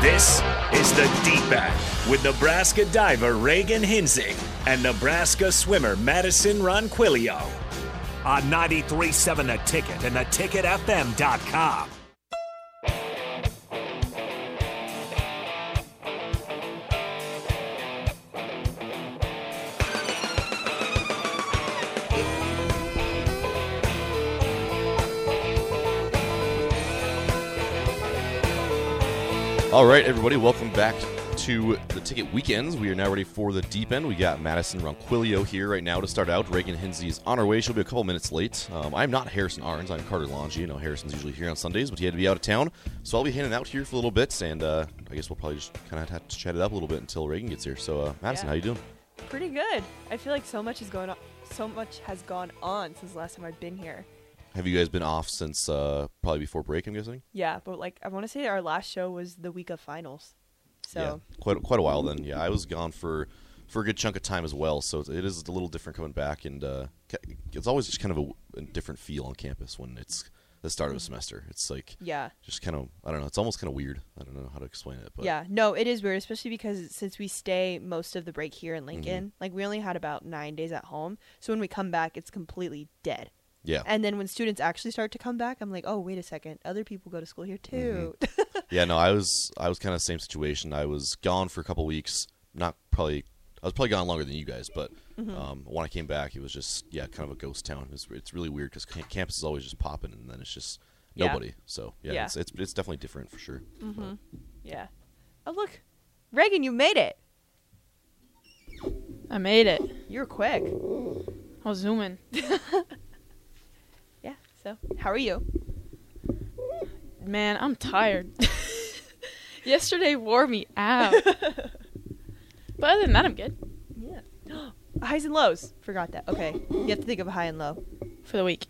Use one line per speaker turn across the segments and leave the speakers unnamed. This is the Deep End with Nebraska diver Reagan Hinzing and Nebraska swimmer Madison Ronquillo on 93.7 The Ticket and theticketfm.com.
All right, everybody, welcome back to the Ticket Weekends. We are now ready for the deep end. We got Madison Ronquillo here right now to start out. Reagan Hinsey is on her way. She'll be a couple minutes late. Um, I'm not Harrison Arns. I'm Carter Longy. I know Harrison's usually here on Sundays, but he had to be out of town. So I'll be handing out here for a little bit, and uh, I guess we'll probably just kind of have to chat it up a little bit until Reagan gets here. So, uh, Madison,
Yeah.
how you doing?
Pretty good. I feel like so much is going on. So much has gone on since the last time I've been here.
Have you guys been off since uh, probably before break, I'm guessing?
Yeah, but like I want to say our last show was the week of finals. So
Yeah, quite quite a while then. Yeah, I was gone for for a good chunk of time as well, so it's- it is a little different coming back, and uh, ca- it's always just kind of a, w- a different feel on campus when it's the start of a semester. It's like
Mm-hmm. yeah.
just kind of I don't know. It's almost kind of weird. I don't know how to explain it, but
Yeah, no, it is weird, especially because since we stay most of the break here in Lincoln, like we only had about nine days at home. So when we come back, it's completely dead.
yeah,
And then when students actually start to come back, I'm like, oh, wait a second. Other people go to school here too.
yeah. No, I was I was kind of same situation. I was gone for a couple weeks. Not probably I was probably gone longer than you guys, but
Mm-hmm.
um, when I came back, it was just yeah, kind of a ghost town. It's it's really weird because campus is always just popping, and then it's just
Yeah.
nobody. So yeah,
Yeah. Mm.
It's, it's it's definitely different for sure. But-
yeah. Oh, look. Reagan, you made it.
I made it.
You were quick.
I was zooming.
Yeah. So, how are you?
Man, I'm tired. Yesterday wore me out. but other than that, I'm good
Yeah. Highs and lows. Forgot that. Okay. You have to think of a high and low.
for the week,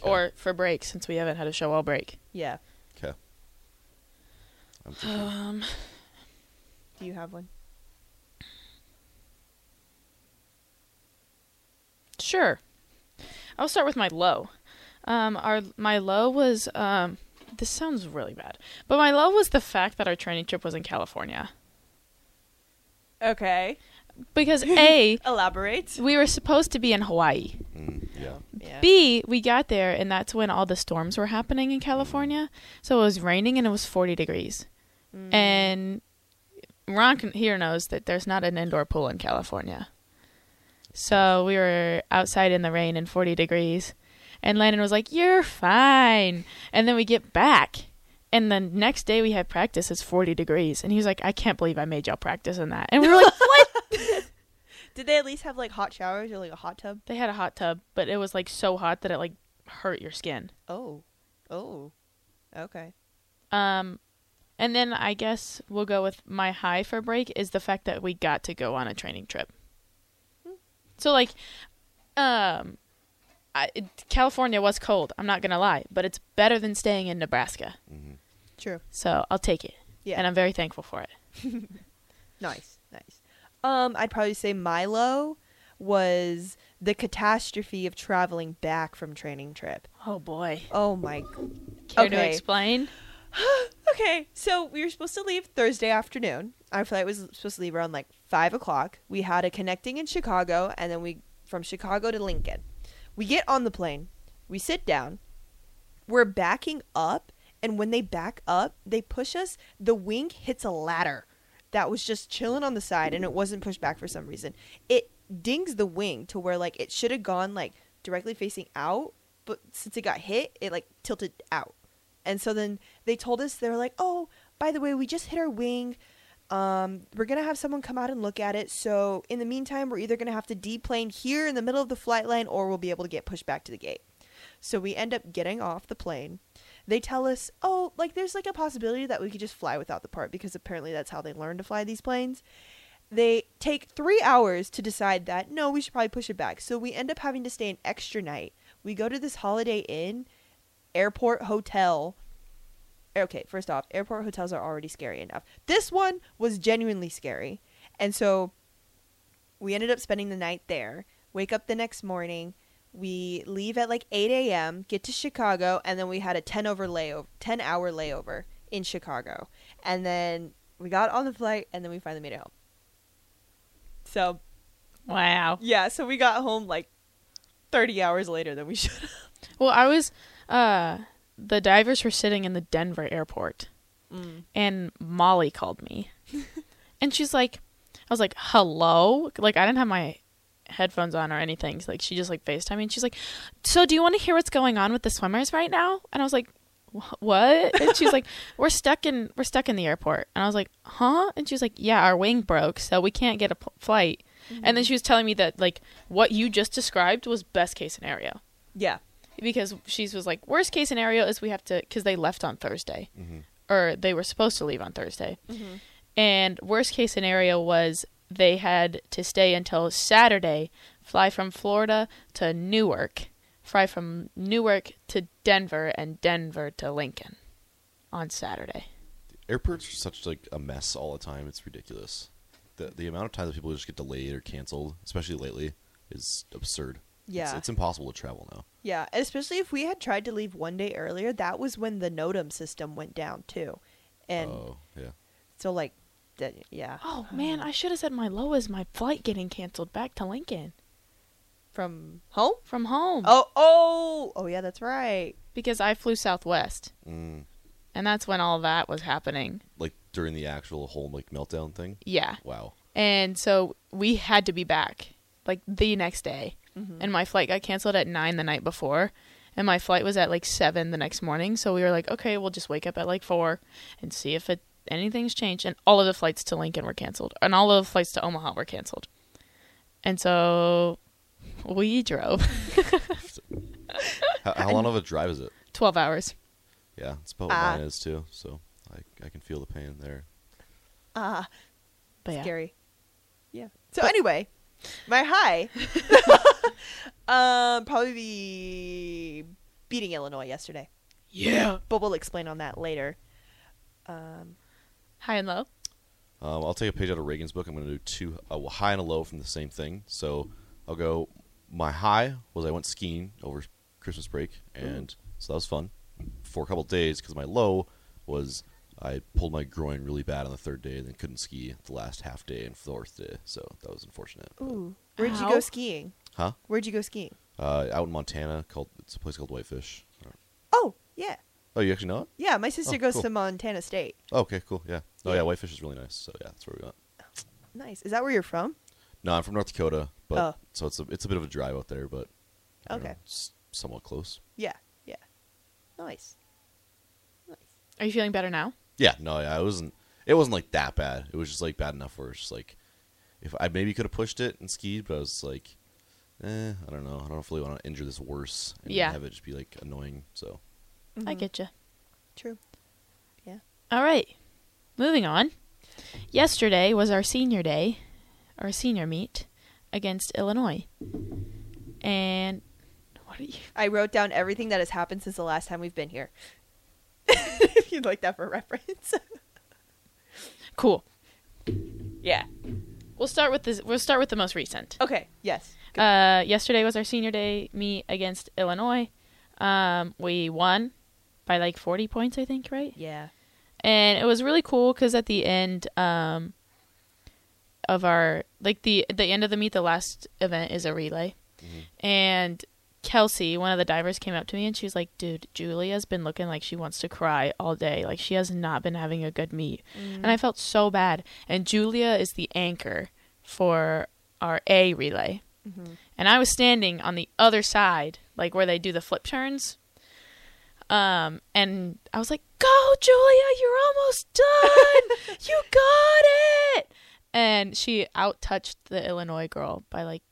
or for break since we haven't had a show all break.
Yeah.
Okay. I'm thinking.
Um,
Do you have one?
sure. I'll start with my low. Um, our my low was um, this sounds really bad, but my low was the fact that our training trip was in California
Okay.
because a
Elaborate.
we were supposed to be in Hawaii.
Mm, yeah.
Yeah.
B, we got there and that's when all the storms were happening in California. So it was raining and it was 40 degrees. And Ron can, here knows that there's not an indoor pool in California. So we were outside in the rain and 40 degrees. And Landon was like, You're fine. And then we get back. And the next day we had practice. It's 40 degrees. And he was like, I can't believe I made y'all practice in that. And we were like, What?
Did they at least have like hot showers or like a hot tub?
they had a hot tub, but it was like so hot that it like hurt your skin.
Oh. Oh. Okay.
Um, and then I guess we'll go with my high for break is the fact that we got to go on a training trip.
Hmm.
So like, um, I, it- California was cold. I'm not gonna lie, but it's better than staying in Nebraska.
True.
So I'll take it.
Yeah.
and I'm very thankful for it.
Nice. Nice. Um, I'd probably say my low was the catastrophe of traveling back from training trip.
Oh boy.
Oh my
Care to
Okay.
explain?
Okay, so we were supposed to leave Thursday afternoon. Our flight was supposed to leave around like five o'clock. We had a connecting in Chicago, and then we from Chicago to Lincoln. We get on the plane, we sit down, we're backing up, and when they back up, they push us. The wing hits a ladder that was just chilling on the side, and it wasn't pushed back for some reason. It dings the wing to where like it should have gone like directly facing out, but since it got hit, it like tilted out. And so then they told us they were like, "Oh, by the way, we just hit our wing. Um, we're gonna have someone come out and look at it. So in the meantime, we're either gonna have to deplane here in the middle of the flight line, or we'll be able to get pushed back to the gate." So we end up getting off the plane. They tell us, "Oh, like there's like a possibility that we could just fly without the part because apparently that's how they learn to fly these planes." They take three hours to decide that no, we should probably push it back. So we end up having to stay an extra night. We go to this Holiday Inn airport hotel. Okay, first off, airport hotels are already scary enough. This one was genuinely scary. And so we ended up spending the night there. Wake up the next morning. We leave at like 8 a.m., get to Chicago, and then we had a 10 over layover, 10 hour layover in Chicago. And then we got on the flight and then we finally made it home. So,
Wow.
yeah, so we got home like 30 hours later than we should have.
Well, I was uh the divers were sitting in the Denver airport. And Molly called me. and she's like I was like, "Hello?" Like I didn't have my headphones on or anything. So, like she just like FaceTime me and she's like, "So do you want to hear what's going on with the swimmers right now?" And I was like, "Wh- "What?" And she's like, "We're stuck in we're stuck in the airport." And I was like, "Huh?" And she's like, "Yeah, our wing broke, so we can't get a pl- flight." And then she was telling me that like what you just described was best case scenario
Yeah.
because she's was like worst case scenario is we have to because they left on thursday or they were supposed to leave on thursday and worst case scenario was they had to stay until saturday fly from florida to newark fly from newark to denver and denver to lincoln on saturday
Airports are such like a mess all the time. It's ridiculous. The the amount of times that people just get delayed or canceled, especially lately, is absurd. It's,
Yeah.
it's impossible to travel now.
Yeah, especially if we had tried to leave one day earlier, that was when the NOTAM system went down too. And
oh, yeah.
so like that yeah,
oh man i should have said my low is my flight getting canceled back to lincoln
from home?
from home
Oh, oh, oh yeah, that's right.
because i flew southwest
Mm.
and that's when all that was happening
Like during the actual whole like meltdown thing.
yeah
Wow.
and so we had to be back like the next day and my flight got canceled at 9 the night before and my flight was at like 7 the next morning so we were like okay we'll just wake up at like 4 and see if it anything's changed and all of the flights to lincoln were canceled and all of the flights to omaha were canceled and so we drove
How, how long of a drive is it?
12 hours
Yeah, it's about what
Ah.
mine is too. So I I can feel the pain there.
Ah,
but yeah
scary. Yeah. So anyway, my high um probably be beating Illinois yesterday.
yeah
But we'll explain on that later.
high and low
Um, I'll take a page out of Reagan's book. I'm going to do two a w- high and a low from the same thing. So I'll go. My high was I went skiing over Christmas break, and so that was fun for a couple days. Because my low was I pulled my groin really bad on the third day, and then couldn't ski the last half day and fourth day. So that was unfortunate. but-
Ooh. Where'd you
Ow.
go skiing?
Huh?
Where'd you go skiing?
Uh, out in Montana, called it's a place called Whitefish.
Oh, yeah.
Oh, you actually know it?
Yeah, my sister
Oh,
goes
cool.
to Montana State.
Oh, okay, cool. Yeah. Oh,
Yeah.
yeah. Whitefish is really nice. So yeah, that's where we went.
Nice. Is that where you're from?
No, I'm from North Dakota, but
Oh.
so it's a it's a bit of a drive out there, but I don't know,
Okay.
it's somewhat close.
Yeah, yeah. Nice. Nice.
are you feeling better now
Yeah, no, yeah, it wasn't. It wasn't like that bad. It was just like bad enough where it's just like, if I maybe could have pushed it and skied, but I was like, eh, I don't know. I don't really want to injure this worse and
Yeah.
have it just be like annoying. So
i get you
True.
All right. Moving on. Yesterday was our senior day, our senior meet against Illinois. And what are you?
I wrote down everything that has happened since the last time we've been here. if you'd like that for reference.
Cool.
yeah.
We'll start with this. We'll start with the most recent.
Okay. Yes.
Uh, yesterday was our senior day meet against Illinois. Um, we won by like 40 points, I think, right?
Yeah.
and it was really cool because at the end um of our like the the end of the meet the last event is a relay and kelsey one of the divers came up to me and she was like dude julia's been looking like she wants to cry all day like she has not been having a good meet and i felt so bad and julia is the anchor for our a relay and i was standing on the other side like where they do the flip turns um, and I was like, "Go, Julia! You're almost done. you got it!" And she out touched the Illinois girl by like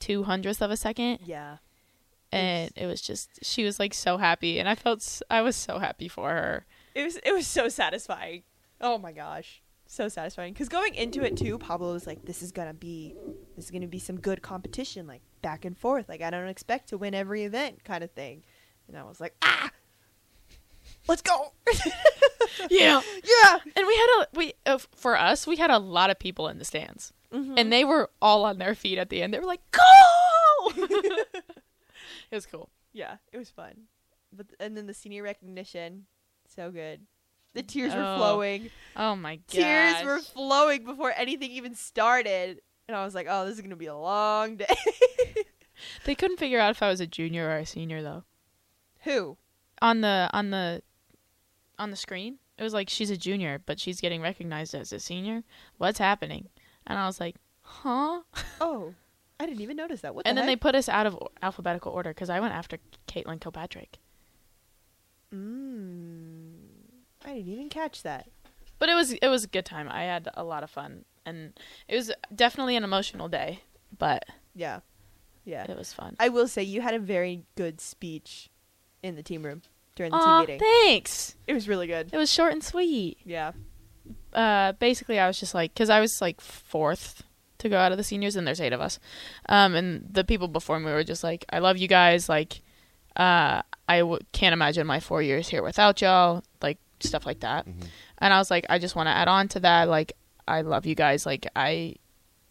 two hundredths of a second,
Yeah.
and it was just she was like so happy, and I felt s- I was so happy for her.
It was it was so satisfying. Oh my gosh. So satisfying. Cuz going into it too, Pablo was like this is going to be this is going to be some good competition like back and forth. Like I don't expect to win every event kind of thing. And I was like, "Ah! Let's go."
Yeah,
yeah.
and we had a we uh, for us we had a lot of people in the stands, and they were all on their feet at the end. They were like, "Go!" it was cool.
Yeah, it was fun. But th- and then the senior recognition, so good. The tears were
Oh,
flowing.
Oh my god.
Tears were flowing before anything even started. And I was like, oh, this is going to be a long day.
They couldn't figure out if I was a junior or a senior though.
Who?
On the on the on the screen, it was like she's a junior, but she's getting recognized as a senior. What's happening? And I was like, huh?
Oh, I didn't even notice that. What
and
the
then they
heck?
put us out of o- alphabetical order because I went after Caitlin Kilpatrick.
Mm, I didn't even catch that.
But it was it was a good time. I had a lot of fun, and it was definitely an emotional day, but
Yeah. Yeah.
it was fun.
I will say you had a very good speech in the team room during the team
Aw,
meeting.
thanks.
it was really good.
It was short and sweet.
Yeah.
uh, basically I was just like, because I was like fourth to go out of the seniors, and there's eight of us, um, and the people before me were just like, I love you guys, like, uh, I w- can't imagine my four years here without y'all, like stuff like that, and I was like, I just want to add on to that, like, I love you guys, like I.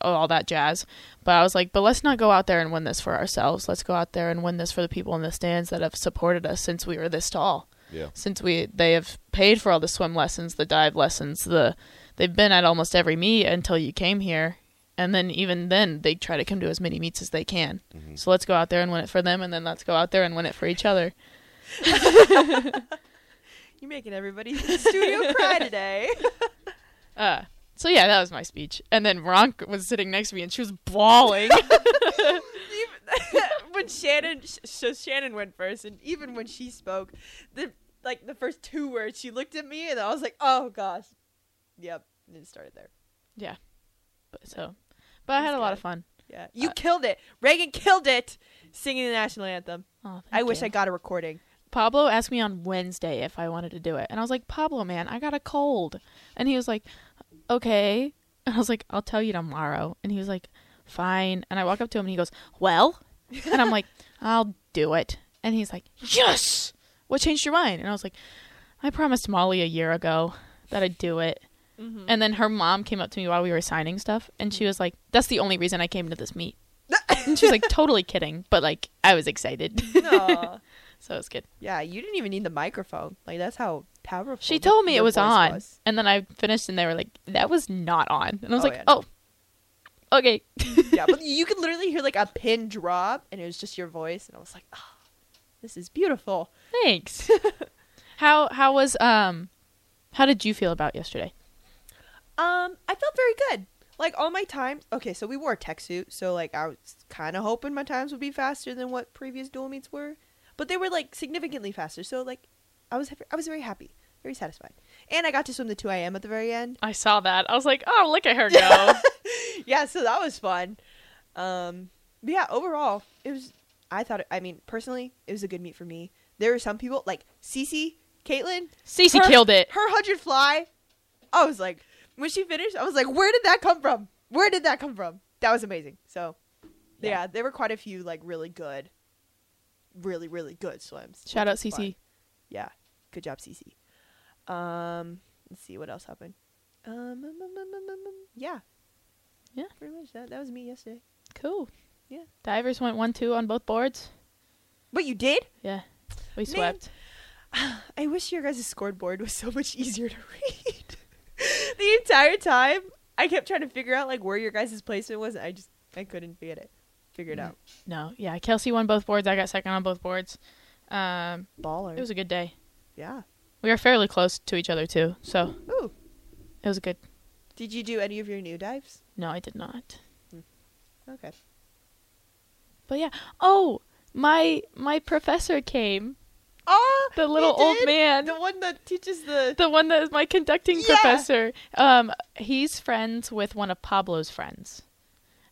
oh, All that jazz, but I was like, but let's not go out there and win this for ourselves. Let's go out there and win this for the people in the stands that have supported us since we were this tall
Yeah.
since we they have paid for all the swim lessons, the dive lessons, the they've been at almost every meet until you came here, and then even then they try to come to as many meets as they can. So let's go out there and win it for them, and then let's go out there and win it for each other.
You're making everybody in the studio cry today.
Uh, so yeah, that was my speech, and then Ronk was sitting next to me and she was bawling.
Even- when Shannon, sh- so Shannon went first, and even when she spoke, the like the first two words, she looked at me, and I was like, "Oh gosh, yep." And it started there.
yeah, but so, but I had a lot of fun.
Yeah,
Uh,
you killed it. Reagan killed it singing the national anthem.
Oh,
I
thank
wish
you.
I got a recording.
Pablo asked me on Wednesday if I wanted to do it. And I was like, Pablo, man, I got a cold. And he was like, okay. And I was like, I'll tell you tomorrow. And he was like, fine. And I walk up to him and he goes, well? And I'm like, I'll do it. And he's like, yes. What changed your mind? And I was like, I promised Molly a year ago that I'd do it. And then her mom came up to me while we were signing stuff. And she was like, that's the only reason I came to this meet. and she was like, totally kidding. But like, I was excited.
Aw.
so it was good.
yeah, you didn't even need the microphone. Like that's how powerful.
She
th-
told me
your
it was
voice
on,
was.
and then I finished, and they were like, "That was not on," and I was
Oh,
like,
yeah, no.
"Oh, okay."
yeah, but you could literally hear like a pin drop, and it was just your voice, and I was like, "Ah, this is beautiful."
Thanks. how how was um how did you feel about yesterday?
Um, I felt very good. Like all my times. Okay, so we wore a tech suit, so like I was kind of hoping my times would be faster than what previous dual meets were, but they were like significantly faster. So like, I was I was very happy, very satisfied, and I got to swim the two I am at the very end.
I saw that. I was like, "Oh, look at her go."
Yeah, so that was fun. Um, but yeah, overall it was. I thought. It, I mean, personally, it was a good meet for me. There were some people like Cece, Caitlin,
Cece
her-
killed it.
Her hundred fly. I was like, when she finished, I was like, where did that come from? Where did that come from? That was amazing. So, yeah,
Yeah.
there were quite a few like really good, really really good swims.
Shout
which
out
was fun.
CC.
Yeah, good job, Cece. Um, let's see what else happened. Um, um, um, um, um, um, um, yeah,
Yeah.
pretty much that. That was me yesterday.
Cool.
Yeah.
Divers went one two on both boards.
But you did.
Yeah. We
Man.
swept.
I wish your guys' scoreboard was so much easier to read. the entire time, I kept trying to figure out like where your guys' placement was. And I just I couldn't get it, figure it out.
No. Yeah. Kelsey won both boards. I got second on both boards. Um,
Baller.
it was a good day.
yeah.
We were fairly close to each other too, so
Ooh.
it was good.
Did you do any of your new dives?
No, I did not.
Okay.
But yeah. Oh, my my professor came.
Oh,
The little
you
old
did?
man.
the one that teaches the.
The one that is my conducting
Yeah.
professor. Um, he's friends with one of Pablo's friends.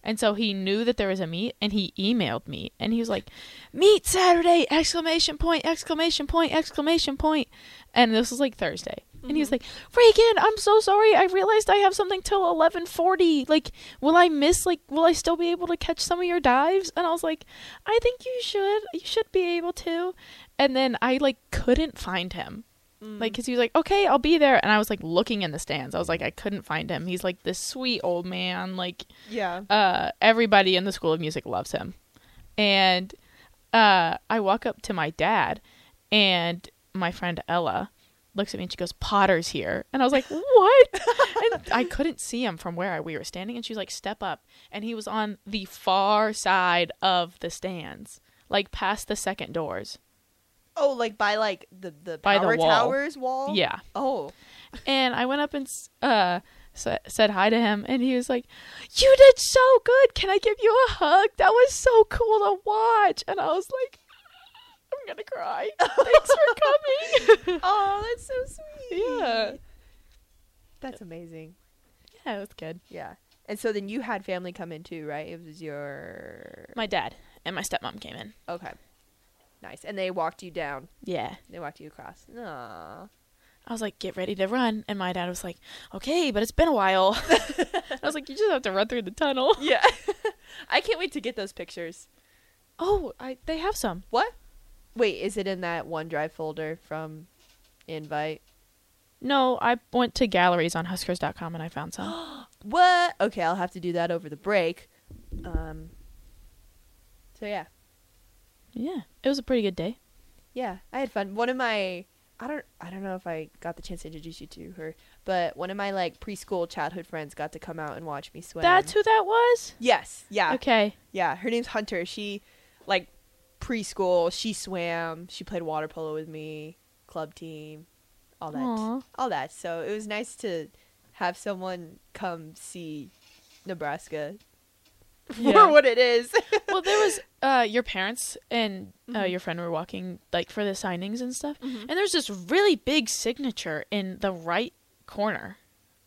And so he knew that there was a meet and he emailed me and he was like, Meet Saturday! Exclamation point, exclamation point, exclamation point. And this was like Thursday. And he was like, Reagan, I'm so sorry. I realized I have something till eleven forty. Like, will I miss like will I still be able to catch some of your dives? And I was like, I think you should. You should be able to. And then I like couldn't find him. Like, cause he was like, okay, I'll be there, and I was like looking in the stands. I was like, I couldn't find him. He's like this sweet old man. Like,
yeah.
uh, everybody in the School of Music loves him, and uh, I walk up to my dad and my friend Ella, looks at me and she goes, Potter's here. And I was like, What? and I couldn't see him from where we were standing. And she's like, Step up. And he was on the far side of the stands, like past the second doors.
Oh, like by like the the
By the
power
wall.
towers wall.
Yeah.
Oh,
And I went up and s- uh, sa- said hi to him. And he was like, You did so good. Can I give you a hug? That was so cool to watch. And I was like, I'm going to cry. Thanks for coming.
oh, that's so sweet.
yeah.
That's amazing.
Yeah, it was good.
Yeah. And so then you had family come in too, right? It was your
My dad and my stepmom came in.
okay. Nice. And they walked you down.
Yeah.
They walked you across. Aww.
I was like, get ready to run. And my dad was like, okay, but it's been a while. I was like, you just have to run through the tunnel.
Yeah. I can't wait to get those pictures.
Oh, I, they have some.
What? Wait, is it in that OneDrive folder from invite?
No, I went to galleries on huskers.com and I found some.
What? Okay, I'll have to do that over the break. Um. So yeah,
yeah. It was a pretty good day.
yeah, I had fun. One of my, I don't, I don't know if I got the chance to introduce you to her, but one of my like preschool childhood friends got to come out and watch me swim.
That's who that was?
Yes. Yeah.
Okay.
Yeah. Her name's Hunter. She, like, preschool. She swam. She played water polo with me. Club team. All that.
Aw.
All that. So it was nice to have someone come see Nebraska
Yeah.
for what it is.
well, there was uh, your parents and uh, your friend were walking like for the signings and stuff, and there's this really big signature in the right corner,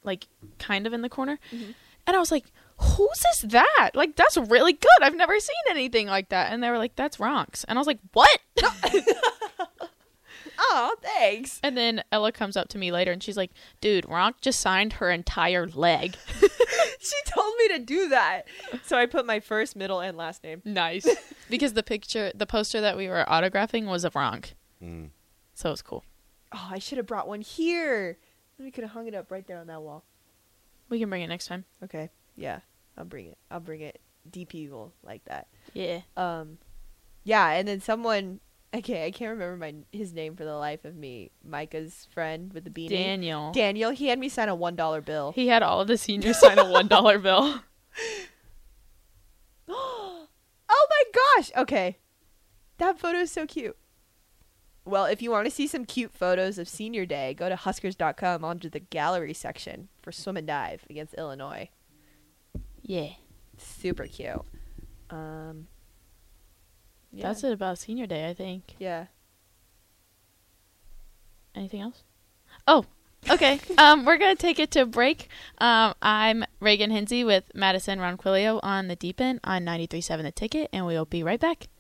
like kind of in the corner, and I was like, "Whose is that? Like that's really good. I've never seen anything like that." And they were like, "That's Ronks," and I was like, "What?"
oh, thanks.
and then Ella comes up to me later and she's like, "Dude, Ronk just signed her entire leg."
She told me to do that. So I put my first, middle, and last name.
nice, because the picture, the poster that we were autographing was of Ronk,
Mm.
so it was cool.
Oh, I should have brought one here. We could have hung it up right there on that wall.
We can bring it next time.
Okay. Yeah. I'll bring it. I'll bring it deep eagle like that.
Yeah.
Um yeah, and then someone okay, I can't remember my his name for the life of me. Micah's friend with the beanie.
Daniel.
Daniel, he had me sign a one dollar bill.
He had all of the seniors sign a one dollar bill.
Oh my gosh. Okay. That photo is so cute. Well, if you want to see some cute photos of senior day, go to huskers.com onto the gallery section for swim and dive against Illinois.
Yeah.
Super cute. Um yeah.
That's it about senior day, I think.
Yeah.
Anything else? Oh, okay. um, we're gonna take it to a break. Um, I'm Reagan Hinsey with Madison Ronquillo on the Deep End on 93.7 The Ticket, and we'll be right back.